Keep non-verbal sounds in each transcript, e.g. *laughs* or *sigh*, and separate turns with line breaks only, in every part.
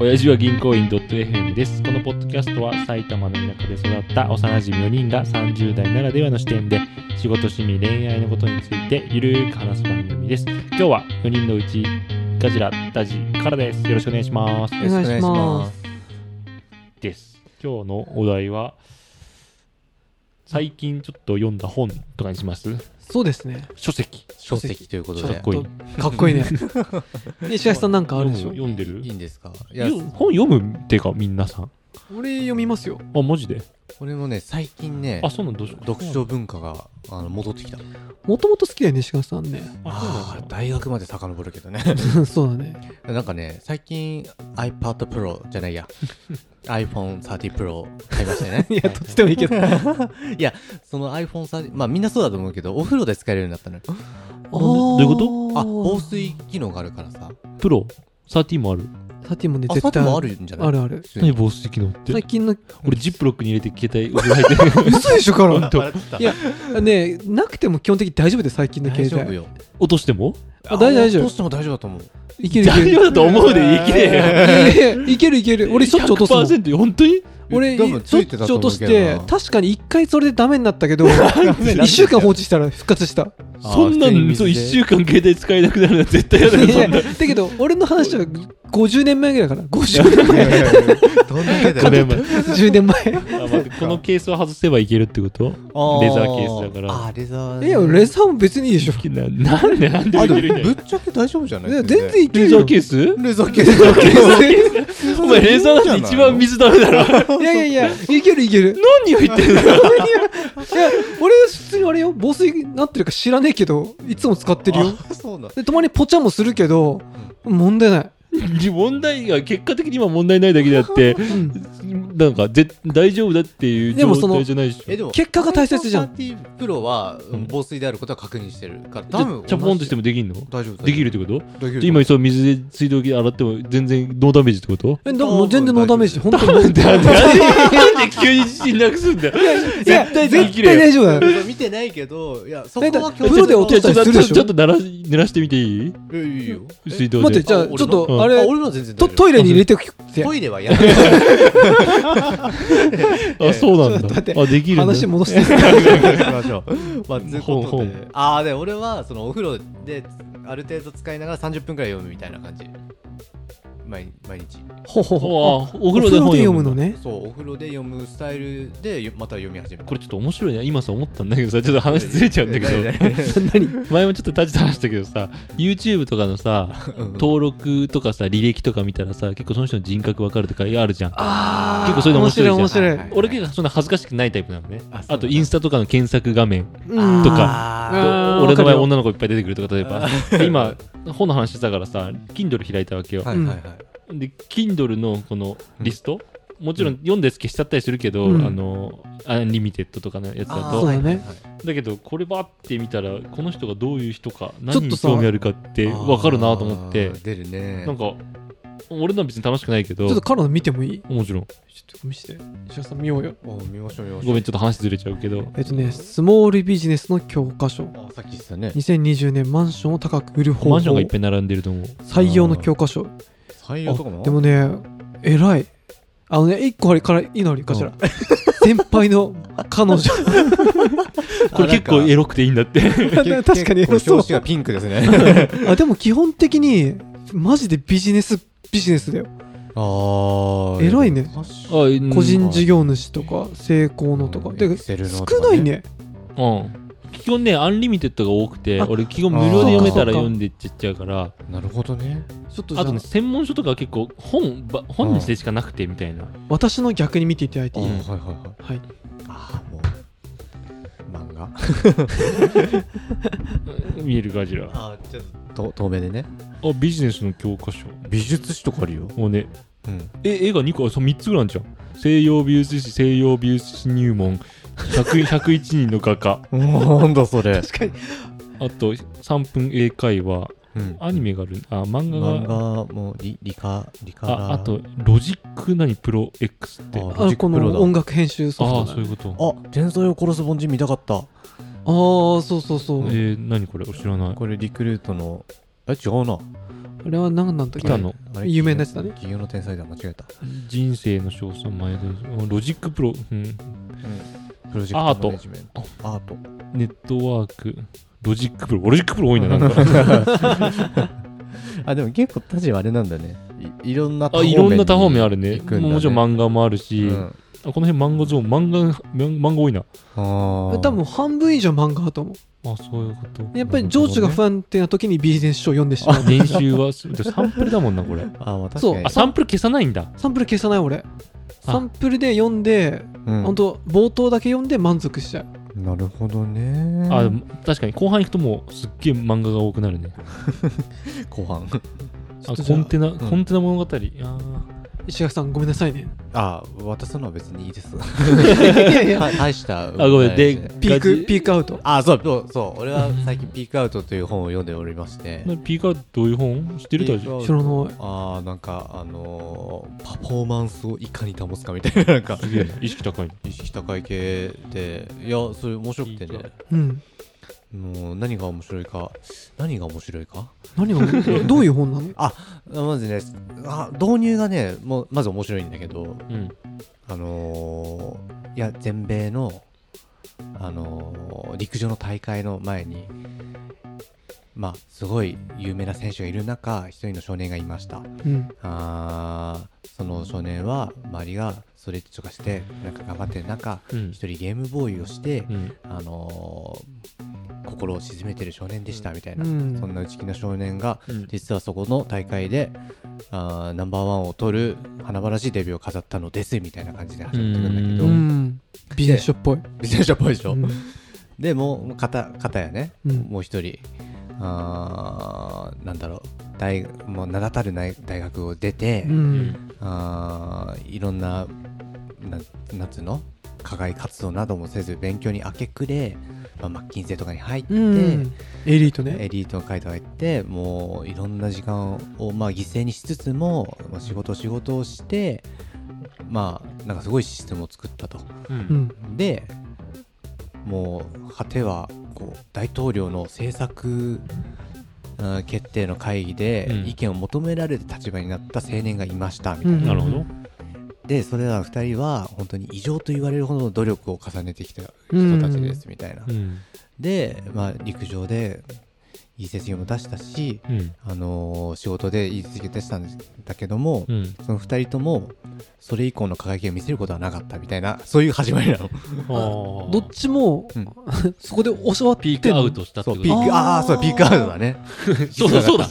親父は銀行員 .fm です。このポッドキャストは埼玉の田舎で育った幼馴染4人が30代ならではの視点で仕事、趣味、恋愛のことについてゆるーく話す番組です。今日は4人のうちガジラ、ダジからです。よろしくお願いします。
お願いします。
です。今日のお題は最近ちょっと読んだ本とかにします
そうですね。
書籍。
書籍ということ
かっ
で。
こいい。
かっこいいね。え、石橋さんなんかある
読む
でしょ
読んでる
いいんですかいや
読、む本読むっていうかみんなさん。
俺読みますよ。
あ、マジで
俺もね、最近ね
あ、、そうなんだ。
読書文化があの戻ってきた。
もともと好きだよね、石橋さんね。
あ、そうなんだ。
大学まで遡るけどね。 *laughs*
そうだね。
なんかね、最近 iPad Pro じゃない
*laughs*
や、iPhone 30 Pro 買いましたよね。
いや、どっちで
*laughs*
もいいけど。あ
いや、その iPhone 30、まあみんなそうだと思うけど、お風呂で使えるようになったのよ。
ー
どういうこと
あ、防水機能があるからさ。
プロ、13もある。
サティもね、
あ、
絶
さっき
対
もあるんじゃない
あるある。
普通
何
に
防水機能って
最。近の、
俺ジップロックに入れて携帯お風呂入ってる。 *laughs*
嘘でしょ、カロ
本当
いや、ね、なくても基本的に大丈夫で、最近の
大
携
丈夫
帯。
よ。
落としても
あ大丈夫大丈夫
どうしても大丈夫だと思う。
いけるいけ
大
る。い
丈夫だと思うで、生きねえよ。
やいやいやいけるいける。俺しょっちゅう落と
*laughs*
すもん。
100%本当に
俺、
多分
しょっちゅう落として、確かに一回それでダメになってたけど、一週間放置したら復活した。
そんな
の
ん、そう、1週間携帯使えなくなるのは絶対やだよ、
い
そ
や *laughs*
んな。
だけど、俺の話は50年前ぐらいかな。50年
いやいやいやどんだけだよ
これも
10年前
あ待ってこのケースを外せばいけるってこと
あ
レザーケースだから
あー、レザー。
いやレザーも別にいいでしょ
ななんでなんで
あ、
い
で
けるん
も
だ
ぶ
よ
っちゃけ大丈夫じゃない
全然いけ
レ
る
ザ
よ
ーケース
レザーケースだけ
お前レザーなんて一番水ダメだろ
*laughs* いやいやいやいけるいける
何を言ってんの
いや俺普通にあれよ防水になってるか知らねえけどいつも使ってるよ。
あそうなんだ。
でたまにポチャもするけど問題ない
問題が結果的に今問題ないだけであってなんかぜ大丈夫だっていう
でもそ
状
の
態じゃないでしょ
え、でも、
結果が大切じゃん。
30プロはうん防水であることは確認してるから、
じゃ
多分
チャポンとしてもできんの
大丈夫。
できるってこと
大丈夫。できる
で今そう水で水道機洗っても全然ノーダメージってこと
えだからもう全然ノーダメージ本当に
なんでなんでなんで急に自信なくすんだよ
いや
絶対でき
絶
る
対
よ
大丈夫だよ
見てないけど、いや、そ
こ
こ
は
は
強制プロで落としたりするでしょ
ちょっと鳴ら濡らしてみていい
いやいいよ。
水道で
待ってじゃあちょっとあ
あ、
れ
俺のは全然大丈
ト
夫。
トイレに入れておくって
トイレはやらない。
あそうなん
ち
だ
ょっと待って
あできるんだ
話戻して
しましょう。まあ、つうこ
ほ
と
んほ
で。ああ、で、俺は、そのお風呂で、ある程度使いながら30分くらい読むみたいな感じ。毎毎日。
ほうほうほう
あお風呂で本
読
読
む
む
の
の
ね
そう、お風呂で読むスタイルで、よまた読み始めた
こ。れちょっと面白いね今さ思ったんだけどさちょっと話ずれちゃうんだけど
何
前もちょっと立ち話したけどさ YouTube とかのさ登録とかさ履歴とか見たらさ結構その人の人格わかるとかあるじゃん
あ
結構それで面白いじゃん
面白い面白い
はいはい
俺結構そんな恥ずかしくないタイプなのね
あ
あ
そう
とインスタとかの検索画面
うん
とか
か
あー
俺の場
わかる
合
よ
女の子いっぱい出てくるとか例えばで今本の話してたからさ Kindle 開いたわけよ、
はいはいはい。
で Kindle のこのリスト、もちろん読んで消しちゃったりするけど、
うん
あのアンリミテッドとかのやつだ
あーそう
と
だね
はいはいはい
だけどこればって見たらこの人がどういう人か
ちょっ
何
と
に
さ
興味あるかって分かるなと思って
あー出るね。
なんか俺のは別に楽しくないけ
ち
ど
ょっとカロン見てもいい
もちろん
ちょっと見せて。石橋さん見ようよ。
お見ましょう見ましょう。
ごめんちょっと話ずれちゃうけど
えっとね、スモールビジネスの教科書。
あさっき言ってたね。
2020年マンションを高く売る方法。
マンションがいっぱい並んでると思う
採用の教科書。
採用とかも
あでもね、偉い。あのね、一個あれからいいのありかしら。 *laughs* 先輩の彼女。
これ結構エ
ロ
ロくていいんだって
*laughs* 確かにエロそう
表紙がピンクですね。
*laughs* あ、でも基本的に、マジでビジネス、ビジネスだよ。
ああ。
エロいね
ファッション。
個
個人事業主とか、成功のとか。
エ
で、
クセルのとか
少ないね。
うん基本ねアンリミテッドが多くて
あ
俺基本無料で読めたら
そうかそうか
読んでっちゃうから
なるほどね。
ちょっとじゃ
あと
あ
ね、専門書とかは結構本ば本にしてしかなくてみたいな
私の逆に見ていただいて
あ
い
ー
い
はいはいはい。
はい。
ああもう漫画。
見えるガジラあ
あちょっと透明でね。
ビジネスの教科書
美術史とかあるよ。
もうね
うん。
え絵が2個あそう3つぐらいあるじゃん西洋美術史西洋美術史入門100 *laughs* 101人の画家
なんだそれ。
確かに。
あと3分英会話
うん。
アニメがあるあ漫画
漫
が
画も理理科理科
ああとロジック何プロ X って
あ
あ
ー
あのこの音楽編集ソフト
あー
だ
そう
ね
いうこと
あ、天才を殺す凡人見たかった。
ああそうそうそう、
えー、何これ知らない
これリクルートの、え、違うな。
あれは何なんだっけ
北野
あ
有名なやつだね
企業の天才だ間違えた、
人生の称賛前でロジックプロ、うん、
プロジ
ア
ェ
ー
ク
ト
トマネジメントアート
ネットワークロジックプロロジックプロ多いな
*laughs*
なんか
あでも結構タジはあれなんだねいいろんな
あいろんな多方面あるね
行くんだね
もちろん漫画もあるし、
うん
あこの辺漫画上漫画漫漫画多いな
あー
多分半分以上漫画だと思
あそういうこと
うやっぱり情緒が不安定な時にビジネス書を読んでしまう
練習はすでサンプルだもんなこれ
あーまあ確
そう
かに
あサンプル消さないんだ
サンプル消さない俺サンプルで読んで
うん
本当冒頭だけ読んで満足しちゃう
なるほどね
あでも確かに後半行くともうすっげえ漫画が多くなるね
後半
ちょ
あ
っとじ
コ
ゃあ
ンテナ、
ん
コンテナ物語あー
石垣さんごめんなさいね
あー渡すのは別にいいです
*laughs* いやいや
た *laughs* 大したあ
あごめんで
ピー
ガジ
クピークアウト
あそうそうそう俺は最近「ピークアウト」という本を読んでおりまして
なピーカーどういう本知ってる
ピ
大
ーク
丈
アウト
知らない
ああなんかあのーパフォーマンスをいかに保つかみたいななんか
夫すげえ意識高い
意識高い系でいやそれ面白くて
ピー
ね
クアウ
うん
もう何が面白いか何が面白いか
何が面白いどういう本なの
あまずねあ導入がねもうまず面白いんだけど
うん
あのーいや全米の、あのー陸上の大会の前に、まあ、すごい有名な選手がいる中一人の少年がいました
うん
あーその少年は周りがストレッチとかしてなんか頑張ってる中
うん
一人ゲームボーイをして、
うん
あのー心を沈めてる少年でしたみたいな、
うん
そんな内気な少年が
うん
実はそこの大会であーナンバーワンを取る華々しいデビューを飾ったのですみたいな感じで始まってくんだけ
う
ど
んビジネス書っぽい
自転車っぽいでしょ、
うん
でもう片片やね、
うん
もう一人あーなんだろう大もう名だたる大大学を出て、
うん
あーいろんなななんつうの課外活動などもせず勉強に明け暮れ、まあ、マッキンゼとかに入って、
うんエリートね
エリートの会とか行ってもういろんな時間を、まあ、犠牲にしつつも、まあ、仕事仕事をしてまあなんかすごいシステムを作ったと。
うん
うん
でもう果てはこう大統領の政策うん決定の会議で
うん
意見を求められる立場になった青年がいましたみたいな。
うん
なるほど
でそれら2人は本当に異常と言われるほどの努力を重ねてきた人たちですみたいな、
うん
で、まあ、陸上でいい成績も出したし、
うん
あのー仕事でいい成績出したんだけども、
うん
その2人ともそれ以降の輝きを見せることはなかったみたいなそういう始まりなの
あー
どっちも
うん
*laughs* そこで教わって
ピークアウトしたって
そ
こと
うピークああーそうピークアウトだね
*laughs* そうそう
*laughs*
そうだ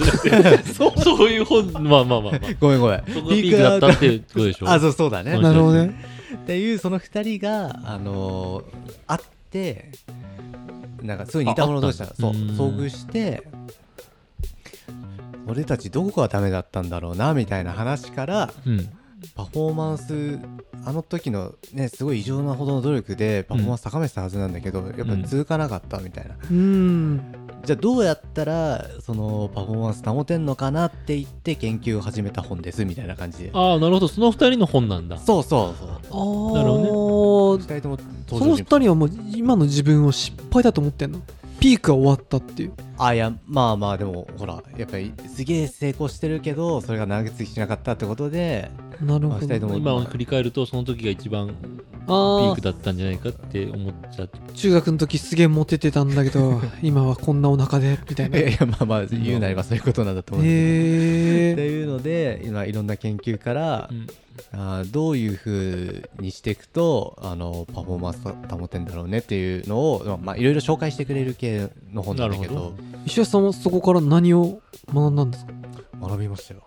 ねそうそういう本まあまあまあまあ
ごめんごめん
そこがピークだったってことでしょ
あそうそうだね、
うん
なるほどね
っていうその2人が、あのー会ってなんかすごい似た者同士だ
ああった
そう
うーん
遭遇して俺たちどこがダメだったんだろうなみたいな話から
うん
パフォーマンスあの時のねすごい異常なほどの努力でパフォーマンス高めてたはずなんだけど、やっぱり続かなかったみたいな、
うん
じゃあどうやったらそのパフォーマンス保てんのかなって言って研究を始めた本ですみたいな感じで
ああなるほどその二人の本なんだ
そうそうそう
あー
なる
2人とも
その
登場
二
人物
人はもう今の自分を失敗だと思ってんのピークが終わったっていう
あいやまあまあでもほらやっぱりすげえ成功してるけどそれが長続きしなかったってことで
なる
まあ
ほ
二人と
ど
も
今を振り返るとその時が一番ピ
あ
ー
あ
クだったんじゃないかって思っちゃって
中学の時すげえモテてたんだけ *laughs* ど今はこんなお腹でみたいな
え
へ
*laughs* いやまあまあ言うなればそういうことなんだと思うんですけどって
え
いうので今いろんな研究から、
うん
あーどういうふうにしていくとあのパフォーマンスを保てんだろうねっていうのをまあまあいろいろ紹介してくれる系の本なんだけ
なる
ど
石橋さんはそこから何を学んだんですか
学びましたよ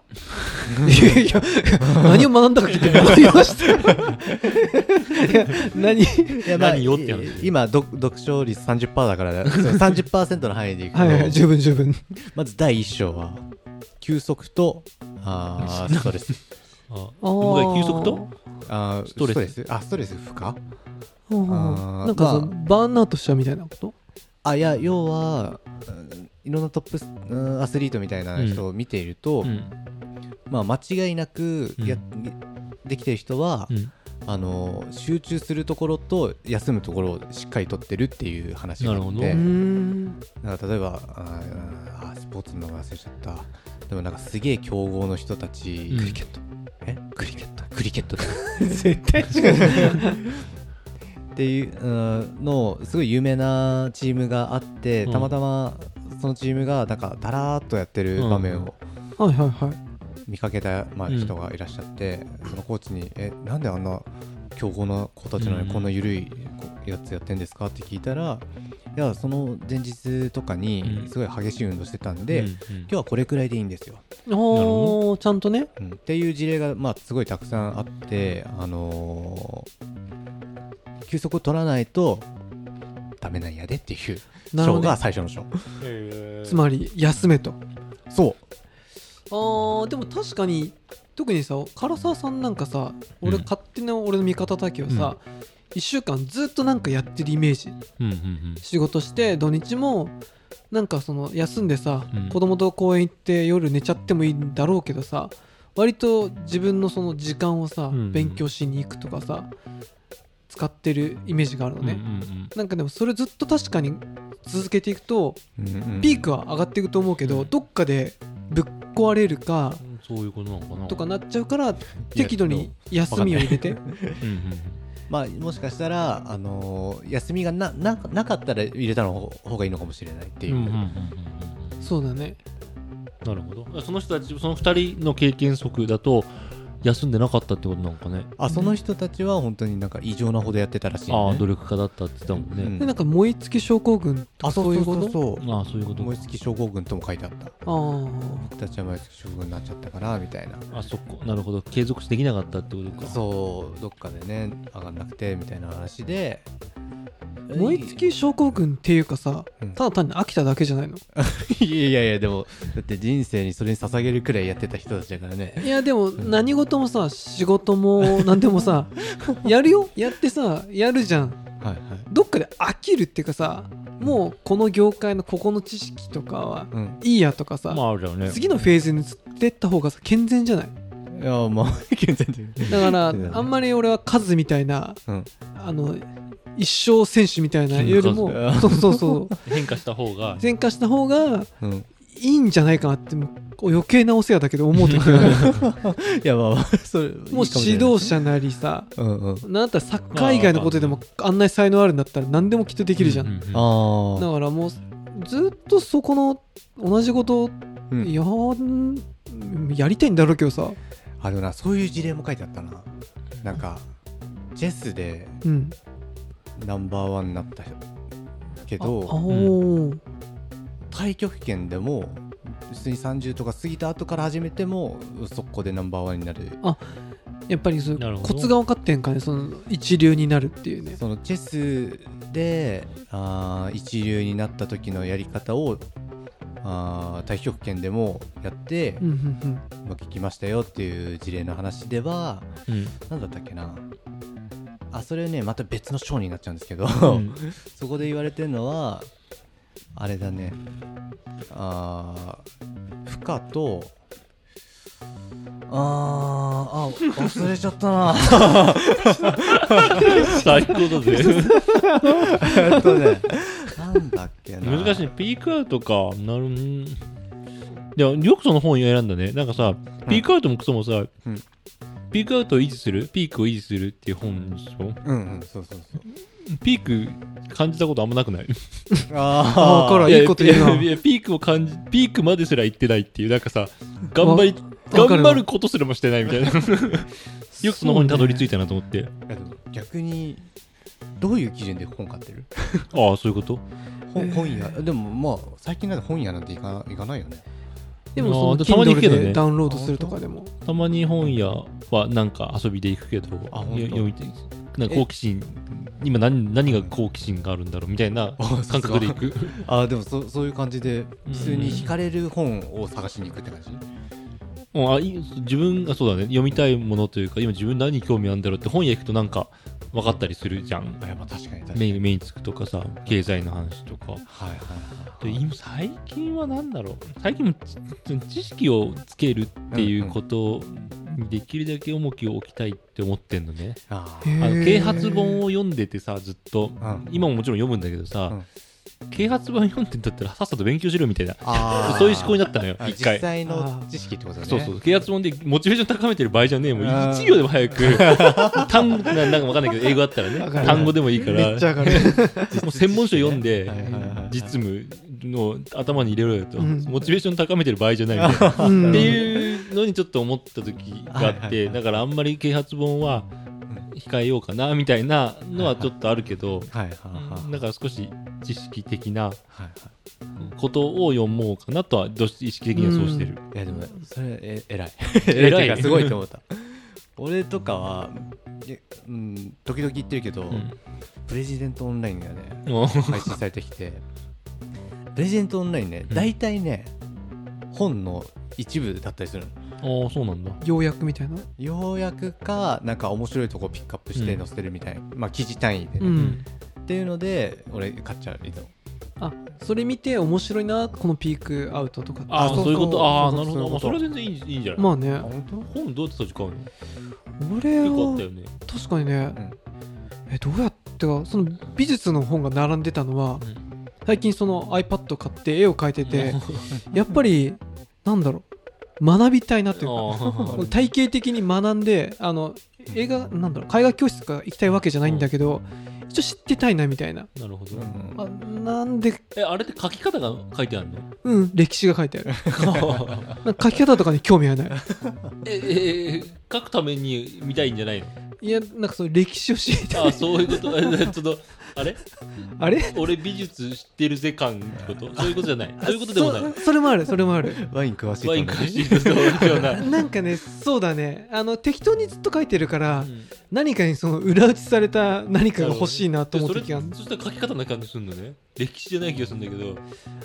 いやいや何を学んだか聞いて学び
*laughs*
ましたいや何
いやまあ
何よって話
い今読読書率30%
*laughs*
だからその30%の範囲でいくと、
はいはい十分十分
まず第一章は休息とあーストレス
ああ
あー
僕が休息と
あー
ストレス
あストレス負荷
うん
あー
なんかその
ま
バーンアウトしちゃうみたいなこと
あいや要はうんいろんなトップスうんアスリートみたいな人を見ていると、
うん
まあ、間違いなくや、できてる人は、
うん
あの集中するところと休むところをしっかりとってるっていう話があっ
なるほど
て
うーん
なんか例えばあーあースポーツの名前忘れちゃったでもなんかすげえ強豪の人たち、
うん
クリケットえクリケットクリケ
*laughs*
ットだ
絶対違う。
っていううんのすごい有名なチームがあって
うん
たまたまそのチームがなんかだらーっとやってる場面を
はいはいはい。
見かけた、まあ、
うん
人がいらっしゃって、そのコーチに「えなんであんな強豪な子たちなの
うん
にこんな緩いこやつやってんですか?」って聞いたら「いやその前日とか
うん
にすごい激しい運動してたん
う
で、
んう
今
ん
日はこれくらいでいいんですよ」
おー、ちゃんとね。
うんっていう事例が、まあ、すごいたくさんあって、あのー休息を取らないとダメなんやでっていう
なる
章
ほど
が
ね。
最初の章
つまり、休めと。
そ
あー、でも確かに、特にさ、唐沢さんなんかさ、俺、
うん
勝手な俺の味方だけどさ、1週間ずっとなんかやってるイメージ。
うんうんうん
仕事して、土日も、なんかその、休んでさ、
うん
子供と公園行って夜寝ちゃってもいいんだろうけどさ、割と自分のその時間をさ、
うん
勉強しに行くとかさ、使ってるイメージがあるのね。
うん
なんかでもそれずっと確かに続けていくと
う、
ピークは上がっていくと思うけど、どっかでぶっ壊れるか
うんうんそういうことなのかな
とかなっちゃうから適度に休みを入れて
うんうんうん
まあ、もしかしたら、あのー休みがなななかったら入れたのほうがいいのかもしれないっていう、
うんうんうんうんうん
そうだね
なるほどその人たちその二人の経験則だと休んでなかったってことなのかね
あその人たちは本当になんか異常なほどやってたらしい、ね、
ああ努力家だったって言ってたもんね、
でなんか燃え尽き症候群
あ
とか
そ
そう
う
い
そうう
こ
そ
と
うそう
ああそういうこと
燃え尽き症候群とも書いてあった
あ
僕たちは燃え尽き症候群になっちゃったからみたいな
あそこなるほど継続できなかったってことか
そうどっかでね上がんなくてみたいな話で
あ燃え尽き症候群っていうかさ
うん
ただ単に飽きただけじゃないの
いやいやいやでもだって人生にそれに捧げるくらいやってた人たちだからね
いやでも何事もさ仕事も何でも
*laughs*
さやるよやってさやるじゃん
はいはい
どっかで飽きるっていうかさもうこの業界のここの知識とかは
うん
いいやとかさ、
まああるよね
次のフェーズに移ってった方がさ健全じゃない
いやまあ *laughs* 健全的に
だから、
うん
あんまり俺はカズみたいな
うん
あの一生選手みたいな
キン
よ
グカ
り
ズ
もそうそうそう
*laughs* 変化した方が
前科した方が
うんい
いいんじゃないかなってこう余計なお世話だけど思う時がある
やまあまあそれいいか
もう
しれ
指
ない
導者なりさ
うんうん
なんだったらサッカー以外のことでもあんなに才能あるんだったら何でもきっとできるじゃん、
うんうんうん
あ
だからもうずっとそこの同じことを
あ、うん
やんやりたいんだろうけどさ、
あでもなそういう事例も書いてあったななんかチェスで
うん、
ナンバーワンになった人け
あお
ど
ー
太極拳でも普通に30とか過ぎた後から始めても速攻でナンバーワンになる
やっぱりそう
なるほど
コツが分かってんかねその一流になるっていうね
そのチェスであー一流になった時のやり方をあー太極拳でもやって、
うんうん
まあ聞きましたよっていう事例の話では
うん
何だったっけなあそれねまた別の章になっちゃうんですけど、
うん
*laughs* そこで言われてるのはあれだねあー負荷とあーあ忘れちゃっ
*laughs*
たな
最高だ
*laughs*
ぜ
えっとねなんだっけな
難しいピークアウトかなるうんいやよくその本選んだねなんかさピークアウトもクソもさ、
うん
ピークアウトを維持するピークを維持するっていう本でしょ
うんうんそうそうそう
ピーク感じたことあんまなくない
あ
ーわかるいいこと言うない
やいやピークを感じピークまですら行ってないっていうなんかさ頑張り
わか
頑
る
張ることすらもしてないみたいな
*laughs*
よくその本にたどり着いたなと思って、
いやでも逆にどういう基準で本買ってる
ああそういうこと
本本屋でもまあ最近なんか本屋なんていか行かないよね
でも
あー
その
たまに行
Kindle
くけどね
でダウンロードするとかでも
たまに本屋はなんか遊びで行くけど
あ本当
よ読みてなんか好奇心今何何が好奇心があるんだろうみたいな
あ
感覚で行
*laughs*
く
あーでもそそういう感じで普通に
うん
惹かれる本を探しに行くって感じ、
うんあいい自分がそうだね読みたいものというか今自分何に興味あるんだろうって本屋行くとなんか分かったりするじゃん
あやっぱ確かに確かに
目目につくとかさ経済の話とか
はいはいはい
で今最近は何だろう最近も知知識をつけるっていうことにできるだけ重きを置きたいって思ってんのね
あ
へ
あの
ー
啓発本を読んでてさずっと
あ、うん、
今ももちろん読むんだけどさ、
うん
啓発本読んでんだったらさっさと勉強しろみたいな
あー
そういう思考になったのよ
あ
一回
実際の知識ってことだね
そうそう啓発本でモチベーション高めてる場合じゃねえもう
あー
1秒でも早く単ななんか分かんないけど英語あったらね
わかる
単語でもいいから
めっちゃ上がる。
*laughs* もう専門書読んで、
はいはいはいはい
実務の頭に入れろよと、
うん
モチベーション高めてる場合じゃないみたいなっ
うん
ていうのにちょっと思った時があって、
はいはいはい
だからあんまり啓発本は控えようかなみたいなのはちょっとあるけど、
はいはいはい
だから少し知識的な
はいはい
ことを読もうかなとはどうし意識的にはそうしてる、
いやでもそれえ *laughs* 偉い
偉い
ってうかすごいと思った俺とかは、えうん、時々言ってるけど、プレジデントオンラインがね
うんもう
配信されてきてプレジデントオンラインね
うん
大体ね、本の一部だったりするの
ああそうなんだ
ようやくみたいな。
ようやくかなんか面白いとこピックアップして
うん
載せてるみたいな、まあ記事単位でね、
うん
っていうので俺買っちゃういつも
あそれ見て面白いな、このピークアウトとかって。
ああそういうことああな
そう
る
そう
ほどまあそ
そう
れは
い
全然いいいいんじゃない、
まあね、
本
本どうやって立ち買うの
俺
結構あ
は
ったよね、
確かにね、えどうやってか、その美術の本が並んでたのは、最近その iPad 買って絵を描いてて、やっぱり、なんだろう、学びたいなというか。
あ
体系的に学んであの映画なんだろう絵画教室とか行きたいわけじゃないんだけど、一応知ってたいなみたいな
*laughs* あなるほど、
当
あなんで
えあれって書き方が書いてある
*laughs*
の
うん歴史が書いてあるなんか書き方とかに興味はない
えええ書くために見たいんじゃないの
いやなんかその歴史を知りたい
あそういうこと *laughs* えそのあれ
あれ
俺美術知ってるぜ感ってことそういうことじゃないそういうことでもない
そそれもあるそれもある
ワイン詳しいと
ワ
思
イ
う
ン買いしてるとかではない、
なんかねそうだねあの適当にずっと書いてるから、
うん
何かにその裏打ちされた何かが欲しいなと思う時がある
でそれそしたら書き方な感じするのね歴史じゃない気がするんだけど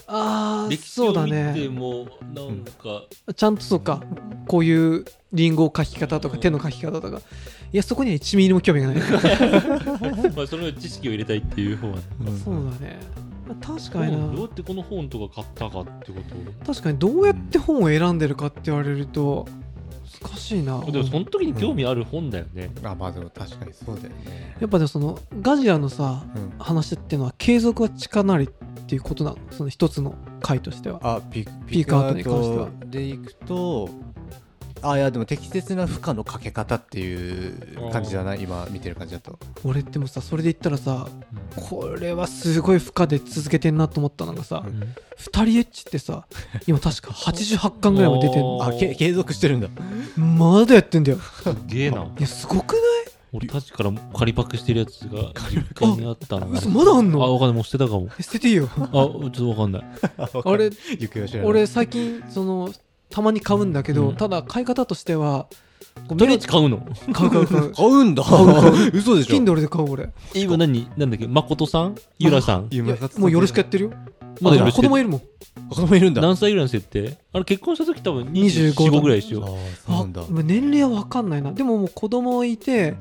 あー
歴史
そう
を
だ
見て
ね
もなんか、
ちゃんとそうかこういうリンゴを書き方とか手の書き方とかいやそこには1ミリも興
*laughs*
味がない
まあ、その知識を入れたいっていう方は
うん
そうだね。まあ確かに
本どうや
な。
ってこの本とか買ったかってこと
確かにどうやって本を選んでるかって言われると難しいな。
でもその時に興味ある本だよね、
あまあでも確かにそうだよね
やっぱねそのガジラのさ
うん
話っていうのは継続は力なりっていうことなのその一つの回としては。
あピーク
ピークアウトに関しては
ピークアウトでいくとあいやでも適切な負荷のかけ方っていう感じだな今見てる感じだと
俺でもさそれで言ったらさこれはすごい負荷で続けてんなと思ったのがさ
う
うん
「二人エッチ」っ
*laughs*
てさ今確か88巻ぐらいも出てん
お
の
ー
あけ継続してるんだ
まだやってんだよ
すげえない
やすごくない
俺たちから借りパクしてるやつが1回にあったの
嘘まだあん
あ
の
わかんないもう捨てたか
*laughs*
も
え捨てていい
*laughs*
よ
あちょっとわかんない
あ
*laughs*
れ
行方を知らない
俺最近そのたまに買うんだけど、
うん
ただ買い方としては
とりあえず買うの
買う買
*laughs*
う買う
買うんだ
う買
*laughs* 嘘でしょ
Kindle で買う俺
今何なんだっけ誠さんゆらさん
いや
もうよろしくやってるよ
まだよろし
子
く
供いるもん
子供いるんだ
何歳ぐらいの設定あれ結婚した時多分25ぐらいでし
あ
ょ
ーそう
あ
なんだ
もう年齢は分かんないなでももう子供いて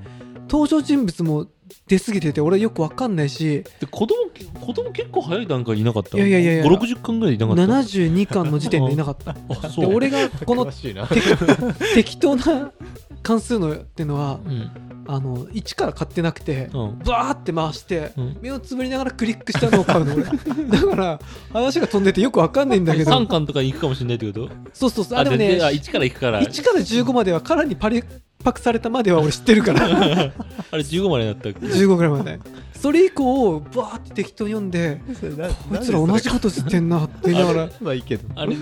登場人物も出過ぎてて俺よく分かんないし
で子供子供結構早い段階いなかった
いやいやいやいや
560巻ぐらいいなかった
72巻の時点でいなかった
あ *laughs* そ
で
う
俺がこの
詳しいな
適適当な関数のってのは
うん
あの1から買ってなくて
うん
バーって回して
うん
目をつぶりながらクリックしたのを買う
*laughs*
の俺だから話が飛んでてよくわかんないんだけど
3巻とかに行くかもしれないってこと
そうそうそうあでもね
あ1から行くから
1から15まではからにパリパクされたまでは俺知ってるか
*laughs*
ら
あれ15までだったっけ
15ぐらいまでそれ以降バーって適当に読んでこいつら同じこと知ってんなって言いながら
まあいいけど
あれ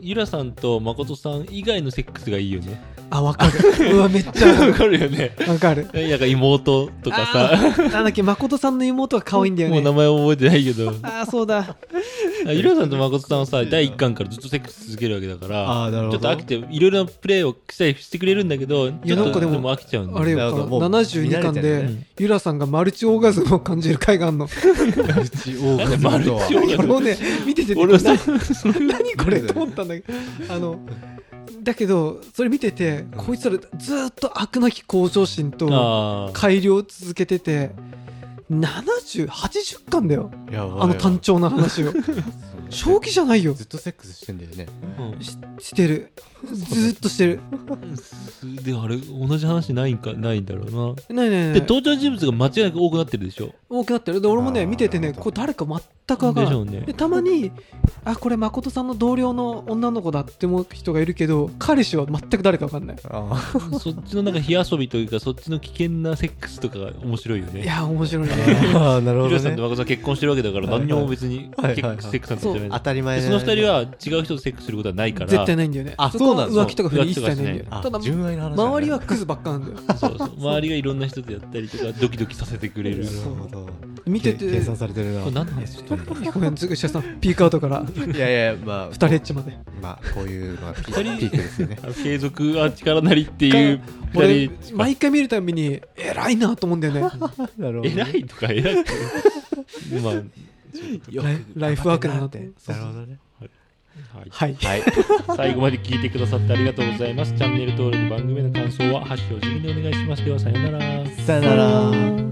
ゆらさんと誠さん以外のセックスがいいよ
*laughs*
ね
あわかるうわめっちゃわか
わかるよね
るわかる
なんか妹とか
あ
さ、
ーなんだっけ誠さんの妹が可愛いんだよ
もう名
ね
前覚えてないけど、
ああそうだ
ゆらさんと誠さんはさ、第1巻からずっとセックス続けるわけだから、
あーなる
ちょっと
ほど
飽きて、いろいろなプレイをしたりしてくれるんだけど、ちょっと
なんかでも
飽きちゃうんだ
あれ
よ。
よ
なるほどもう
72巻
見慣れ
で、
て
るね
ゆらさんがマルチオーガズムを感じる回があんの
一応
なんでマルチオーガズ
俺
ム
もね見ててね
俺はさ
な、何これ
なんだよね
と思ったんだけどあのだけどそれ見ててこいつらずーっと悪なき向上心と
あー
改良を続けてて7080巻だよ
やばいわ
あの単調な話を
そう
正気じゃないよ
ずっとセックスしてんだよね
う
ししてるずーっとしてる
んで、あれ、同じ話ないんか、ないんだろう
ないない
な。
な
で、
い
登場人物が間違いなく多くなってるでしょ。
多くなってるで俺も
あ
ね
ー
見ててね
なるほど
これ誰か、ま、全く分か
で
ら
し
な
ょ
いう
ね
でたまにあこれ誠さんの同僚の女の子だって思う人がいるけど彼氏は全く誰か分かんない
あ
そっちのなんか火遊びというかそっちの危険なセックスとかが面白いよね
いや面白い
あ
ね
ああなる
ヒ
ほ
ロ
ど
シさんと
ね
マコさん結婚してるわけだから
はいは
何
い
にも別に
はい
セ
は
ッ
いはい
クスセックスなんてじゃな
当
い
たり前
で
だ
そ
ね
の二人は違う人とセックスすることはないから
絶対ないんだよね
あ
そ
そう
こは
なんだ
浮気とか振り一切ないんだよ
浮気と
あ
ただ
純愛の話なんだ
周りはクズばっかなんだよ
そうそう周りがいろんな人とやったりとかドキドキさせてくれる
なる
こ
ほど
見て
け計
て
算されてるな
れ何の話
ごめんすぐ石田さんピークアウトから
いやいやまあ
二レッチまで
まあこういうのがピ
二
ピ
人
ークですよね
あの継続は力なりっていう
俺
二人
毎回見るたびに偉いなと思うんだよね
なる
偉いとか偉いってまあ
よ
ライライフワークだなって
なるほどね
はい
はい
はい
最後まで聞いてくださってありがとうございますチャンネル登録番組への感想は「ハッシュおじみ」でお願いしますではさようなら
さよなら